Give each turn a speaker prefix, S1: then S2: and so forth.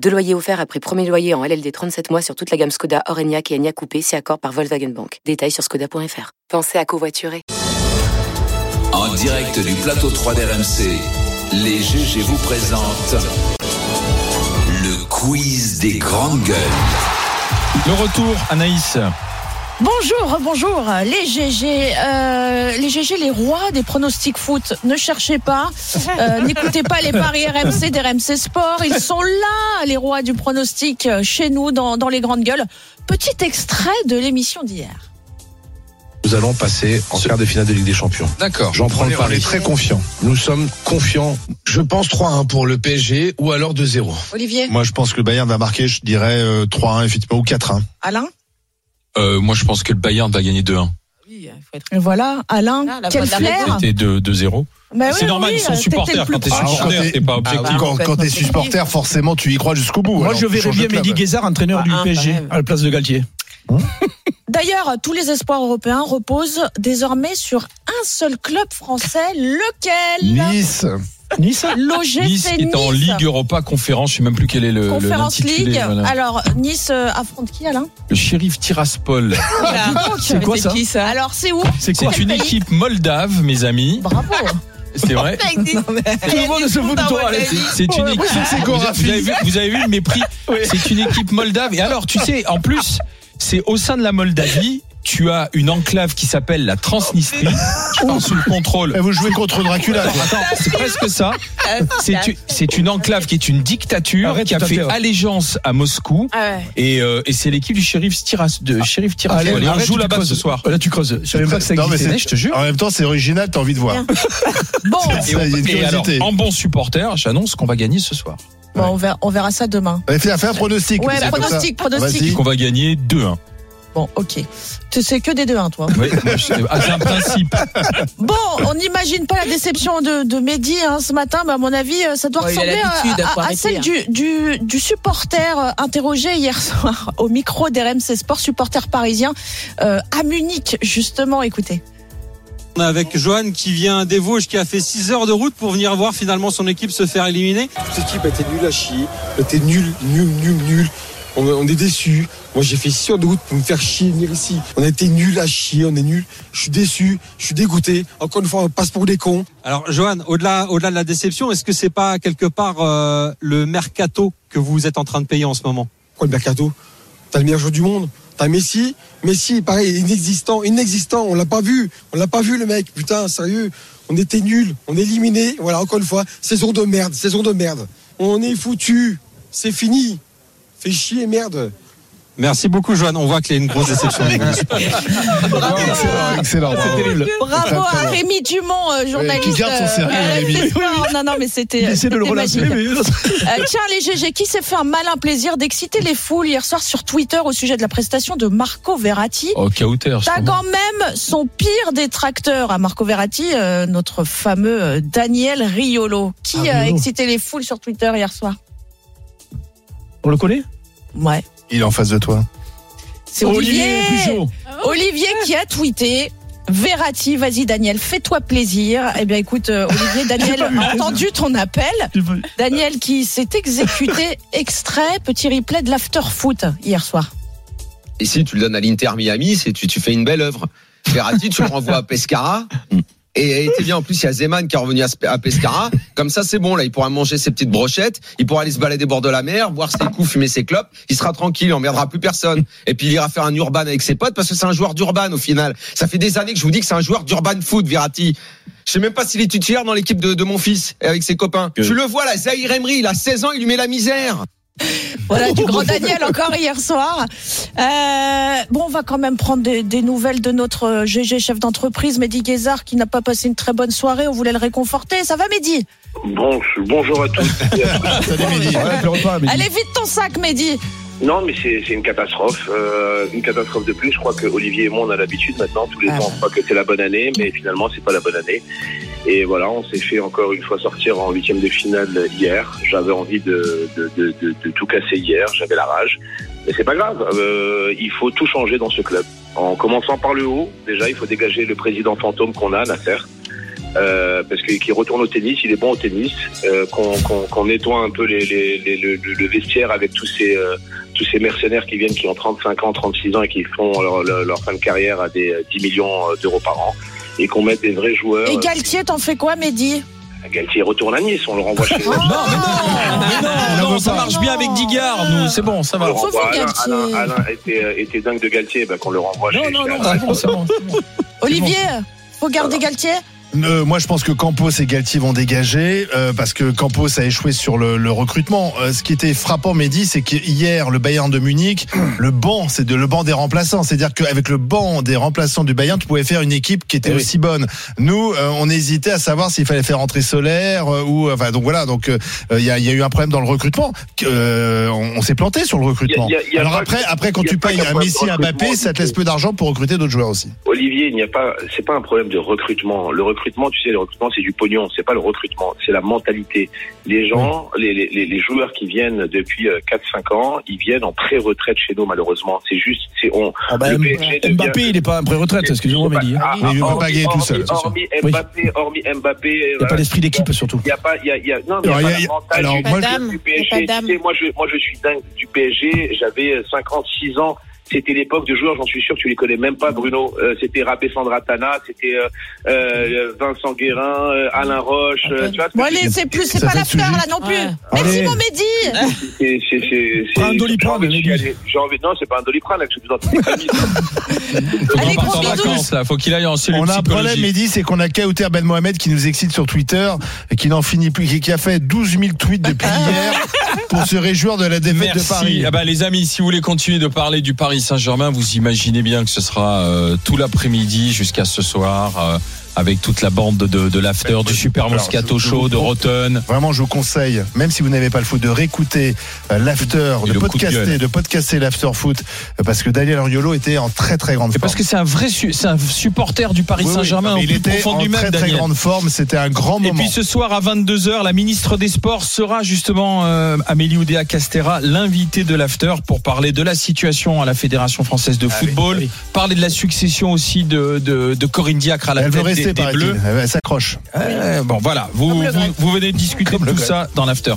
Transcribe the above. S1: Deux loyers offerts après premier loyer en LLD 37 mois sur toute la gamme Skoda, Orenia et Enya Coupé, si accord par Volkswagen Bank. Détails sur skoda.fr. Pensez à covoiturer.
S2: En direct du plateau 3 d'RMC, les GG vous présentent le quiz des grandes gueules.
S3: Le retour, Anaïs.
S4: Bonjour, bonjour, les GG, euh, les GG, les rois des pronostics foot. Ne cherchez pas, euh, n'écoutez pas les paris RMC d'RMC Sport. Ils sont là, les rois du pronostic, euh, chez nous, dans, dans les grandes gueules. Petit extrait de l'émission d'hier.
S5: Nous allons passer en quart de finale de Ligue des Champions.
S3: D'accord.
S5: J'en prends le
S3: parler.
S5: pari. Très confiant. Nous sommes confiants. Je pense 3-1 pour le PSG ou alors 2-0.
S4: Olivier,
S6: Moi, je pense que le Bayern va marquer, je dirais euh, 3-1, effectivement, ou 4-1.
S4: Alain
S7: Euh, moi, je pense que le Bayern va gagner 2-1.
S4: Voilà, Alain,
S8: Ah, la
S4: quel
S8: voix de la
S4: flair
S7: C'était 2-0.
S4: Bah
S7: c'est
S4: oui,
S7: normal,
S4: oui,
S7: ils sont
S4: euh, t'étais le
S7: supporters.
S4: plus
S7: Quand t'es
S4: proche.
S7: supporter,
S6: t'es-
S7: t'es pas objectif.
S6: quand quand t'es supporter, forcément, tu y crois jusqu'au bout.
S3: Moi,
S6: Alors,
S3: je
S6: tu
S3: verrais
S6: changes de
S3: bien
S6: club.
S3: Mehdi Guézard entraîneur
S8: Ah,
S3: du
S8: un, quand
S3: PSG
S8: même.
S3: à la place de Galtier.
S4: D'ailleurs, tous les espoirs européens reposent désormais sur un seul club français, lequel
S6: Nice.
S3: Nice
S4: L'OGC
S7: Nice est en Ligue Europa Conférence, je sais même plus quel est le, le
S4: Conférence
S7: l'intitulé,
S4: League.
S7: voilà.
S4: Alors, Nice euh, affronte qui, Alain
S7: Le shérif Tiraspol.
S8: Oh,
S3: C'est quoi ça
S8: qui ça
S4: Alors, c'est où
S3: C'est quoi
S7: C'est une
S4: pays
S7: équipe moldave, mes amis.
S4: Bravo
S7: C'est vrai.
S3: Tout le monde se fout de toi, Alex.
S7: C'est c'est une équipe. Vous avez- vous, avez vu, vous avez vu le mépris. C'est une équipe moldave. Et alors, tu sais, en plus, c'est au sein de la Moldavie. Tu as une enclave qui s'appelle la Transnistrie, qui est sous le contrôle
S6: Eh, Vous jouez contre Dracula. quoi.
S7: Attends, c'est presque ça. C'est une- C'est une enclave qui est une dictature
S3: Arrête
S7: qui a
S3: tout à
S7: fait
S3: fait, ouais.
S7: allégeance à Moscou
S8: Ah
S7: et, euh, et c'est l'équipe du shérif Tiras de shérif Tiraspol.
S3: Ah, Allez,
S7: Allez, on
S3: arrête,
S7: joue
S3: tu
S7: là-bas
S3: creuses.
S7: ce soir.
S3: Là, tu creuses. Je savais pas que ça
S6: Non, mais
S3: existait,
S6: c'est-
S3: je te jure.
S6: En même temps, c'est original, t'as envie de
S4: Bon,
S6: voir.
S7: Et, on-
S6: Ça, il y a une
S7: et alors,
S6: curiosité.
S7: en bon supporter, j'annonce qu'on va gagner ce soir.
S4: bon, on, verra, on verra ça demain.
S6: Allez, fais fais un pronostic.
S4: Ouais,
S6: c'est comme ça.
S4: pronostic, pronostic.
S6: Vas-y.
S7: Qu'on va gagner 2-1.
S4: Bon, ok. Tu sais que des 2-1, toi.
S7: Oui, moi, je- ah, c'est un principe.
S4: Bon, on n'imagine pas la déception de, de Mehdi hein, ce matin, mais à mon avis, euh, ça doit
S8: Ouais, il a
S4: ressembler
S8: l'habitude,
S4: à, à-
S8: faut
S4: à
S8: arrêter,
S4: celle
S8: hein.
S4: du, du, du supporter euh, interrogé hier soir au micro d'RMC Sport, supporter parisien euh, à Munich, justement. Écoutez.
S9: On est avec Johan qui vient des Vosges, qui a fait 6 heures de route pour venir voir finalement son équipe se faire éliminer.
S10: Cette équipe a été nulle à chier, a été nulle, nulle, nulle, nulle. On, on est déçus. Moi, j'ai fait 6 heures de route pour me faire chier venir ici. On a été nuls à chier, on est nuls. Je suis déçu, je suis dégoûté. Encore une fois, on passe pour des cons.
S9: Alors Johan, au-delà au-delà de la déception, est-ce que c'est pas quelque part euh, le mercato que vous êtes en train de payer en ce moment
S10: Quoi, le mercato T'as le meilleur joueur du monde. T'as Messi. Messi, pareil, inexistant, inexistant. On l'a pas vu. On l'a pas vu, le mec. Putain, sérieux. On était nuls. On est éliminés. Voilà, encore une fois, saison de merde, saison de merde. On est foutu. C'est fini. Fais chier, merde.
S9: Merci beaucoup Johan, on voit qu'il y a une grosse déception.
S6: Excellent, excellent. bravo.
S4: Bravo à Rémi Dumont, euh, journaliste.
S6: qui garde son
S4: euh,
S6: sérieux, Rémi.
S4: RMC Sport. Non, non, mais c'était.
S3: Il essaie de le
S4: c'était
S3: relancer,
S4: magique.
S3: mais
S4: Euh, tiens, les GG, qui s'est fait un malin plaisir d'exciter les foules hier soir sur Twitter au sujet de la prestation de Marco Verratti
S7: Oh, Kauter, je
S4: T'as
S7: comprends.
S4: quand même son pire détracteur à Marco Verratti, euh, notre fameux euh, Daniel Riolo, qui euh,
S3: Ah,
S4: a
S3: Riolo.
S4: excité les foules sur Twitter hier soir.
S3: On le connaît
S4: Ouais.
S6: Il est en face de toi.
S4: C'est Olivier. Olivier,
S3: Puchot.
S4: qui a tweeté. Verratti, vas-y Daniel, fais-toi plaisir. Eh bien écoute, euh, Olivier, Daniel a entendu ton appel. Daniel qui s'est exécuté extrait, petit replay de l'after foot hier soir.
S9: Et si tu le donnes à l'Inter Miami, c'est tu, fais une belle œuvre. Ferrati, tu le renvoies à Pescara. Et était bien, en plus, il y a Zeman qui est revenu à, Pescara. Comme ça, c'est bon, là, il pourra manger ses petites brochettes, il pourra aller se balader bord de la mer, boire ses coups, fumer ses clopes, il sera tranquille, il emmerdera plus personne. Et puis, il ira faire un urban avec ses potes, parce que c'est un joueur d'urban, au final. Ça fait des années que je vous dis que c'est un joueur d'urban foot, Verratti. Je sais même pas s'il est titulaire dans l'équipe de, de mon fils, avec ses copains. Tu le vois, là, Zahir Emery, il a 16 ans, il lui met la misère.
S4: Voilà, du grand Daniel encore hier soir. Euh, bon, on va quand même prendre des, des nouvelles de notre euh, GG chef d'entreprise, Mehdi Guézard, qui n'a pas passé une très bonne soirée. On voulait le réconforter. Ça va, Mehdi
S10: Bon, bonjour à tous.
S6: Salut, Mehdi.
S3: Ouais, le repas, mais
S4: Allez, vite ton sac, Mehdi.
S8: Non, mais c'est c'est une catastrophe, euh, une catastrophe de plus. Je crois que Olivier et moi on a l'habitude maintenant tous les
S11: Ah.
S8: ans. On croit que c'est la bonne année, mais finalement c'est pas la bonne année. Et voilà, on s'est fait encore une fois sortir en huitième de finale hier. J'avais envie de, de, de, de- de tout casser hier. J'avais la rage, mais c'est pas grave. Euh, il faut tout changer dans ce club. En commençant par le haut, déjà il faut dégager le président fantôme qu'on a, Nasser. Euh, parce que qui retourne au tennis, il est bon au tennis, euh, qu'on qu'on- qu'on nettoie un peu les, les- les- le, le- le vestiaire avec tous ces euh, tous ces mercenaires qui viennent qui ont 35 ans, 36 ans et qui font leur, leur, leur fin de carrière à des euh, 10 millions euh, d'euros par an et qu'on mette des vrais joueurs.
S4: Et Galtier, t'en fais quoi, Mehdi
S8: Euh, Galtier retourne à Nice, on le renvoie chez nous.
S4: Oh.
S7: non, ça marche bien avec Digard, nous, c'est bon, ça
S8: On
S7: va.
S8: le renvoie. Alain, Alain, Alain était, euh, était dingue de Galtier, bah, qu'on le renvoie chez
S4: non,
S8: chez
S4: non,
S8: Alain.
S4: c'est bon, c'est bon. Olivier, faut garder Galtier
S6: Euh, moi, je pense que Campos et Galtier vont dégager euh, parce que Campos a échoué sur le, le recrutement. Euh, ce qui était frappant, Mehdi, c'est qu'hier, le Bayern de Munich, le banc, c'est de le banc des remplaçants. C'est-à-dire qu'avec le banc des remplaçants du Bayern, tu pouvais faire une équipe qui était
S7: Eh oui.
S6: aussi bonne. Nous, euh, on hésitait à savoir s'il fallait faire rentrer Solaire euh, ou enfin donc voilà. Donc euh, il y, a, il y a eu un problème dans le recrutement. Euh, on on s'est planté sur le recrutement.
S8: Il y a- il y a
S6: Alors
S8: pas
S6: après,
S8: que-
S6: après quand
S8: il y a
S6: tu
S8: pas
S6: payes
S8: qu'un
S6: un Messi,
S8: problème
S6: un
S8: de
S6: Mbappé,
S8: recrutement.
S6: ça te laisse peu d'argent pour recruter d'autres joueurs aussi.
S8: Olivier, il n'y a pas, c'est pas un problème de recrutement. Le recrutement, tu sais, le recrutement, c'est du pognon. C'est pas le recrutement, c'est la mentalité. Les
S4: Mm.
S8: gens, les, les- les, les joueurs qui viennent depuis 4-5 ans, ils viennent en pré-retraite chez nous, malheureusement. C'est juste, c'est on.
S3: Ah bah,
S8: le
S3: M-
S8: PSG devient-
S3: Mbappé, il est pas un pré-retraite, excusez-moi, Mehdi. hein.
S8: Ah, ah, hormis- hormis-
S7: ah,
S8: Hormis
S3: Oui.
S8: Mbappé, hormis Mbappé. euh,
S3: Il n'y a pas l'esprit d'équipe surtout.
S7: ah,
S8: Il y a pas, il y a, il y a, non, mais
S3: Alors,
S8: il y a
S3: il y a-
S8: pas la
S3: alors,
S8: mentale
S3: moi,
S8: du-
S3: je-
S8: du
S3: il y a
S8: PSG.
S3: pas d'âme.
S8: Tu sais, moi, je, moi, je suis dingue du PSG. J'avais 56 ans. C'était l'époque de joueurs, j'en suis sûr que tu les connais même pas, Bruno. Euh, c'était Rabé Sandratana, c'était euh, euh, Vincent Guérin, euh, Alain Roche. euh, tu vois,
S4: Bon, allez, c'est plus, c'est
S8: Ça
S4: pas
S8: fait
S4: l'after
S8: sujet.
S4: là non plus. Merci,
S8: Allez.
S4: mon Mehdi.
S8: c'est- c'est- c'est-
S7: Prends un
S8: c'est-
S7: Doliprane,
S8: j'ai envie d'y
S7: Mehdi.
S8: aller. J'ai envie, non, c'est pas un doliprane, là, que j'ai besoin de toute ma vie.
S7: On part en vacances, là. Faut qu'il aille en cellule
S6: On a un problème,
S7: psychologique.
S6: Mehdi, c'est qu'on a Kauter Ben Mohamed qui nous excite sur Twitter, et qui n'en finit plus, qui- qui a fait 12 000 tweets depuis hier pour se réjouir de la défaite de Paris.
S7: Merci. Ah bah, les amis, si vous voulez continuer de parler du Paris Saint-Germain, vous imaginez bien que ce sera euh, tout l'après-midi jusqu'à ce soir euh, avec toute la bande de, de l'after, du Super
S6: Alors,
S7: Moscato
S6: je- je
S7: Show,
S6: vous
S7: de
S6: propose-
S7: Rotten.
S6: Vraiment, je vous conseille, même si vous n'avez pas le foot, de réécouter euh, l'after,
S7: Et
S6: de
S7: le coup de
S6: podcaster,
S7: gueule.
S6: de podcaster l'after foot, euh, parce que Daniel Riolo était en très très grande forme.
S7: Parce que c'est un vrai su- c'est un supporter du Paris
S6: Oui, oui.
S7: Saint-Germain
S6: Mais
S7: au
S6: il
S7: plus
S6: était
S7: profond
S6: en
S7: du même,
S6: très très
S7: Daniel.
S6: grande forme, c'était un grand
S7: Et
S6: moment.
S7: puis ce soir à 22h, la ministre des Sports sera justement euh, Amélie Oudéa Castera, l'invitée de l'after pour parler de la situation à la Fédération française
S6: Ah
S7: de football, parler de la succession aussi de, de, de Corinne Diacre à la
S6: Elle
S7: tête
S6: veut
S7: des,
S6: rester,
S7: des
S6: par
S7: Bleus.
S6: Elle s'accroche.
S7: Euh, bon voilà, vous, vous, vous venez de discuter de tout ça dans l'after.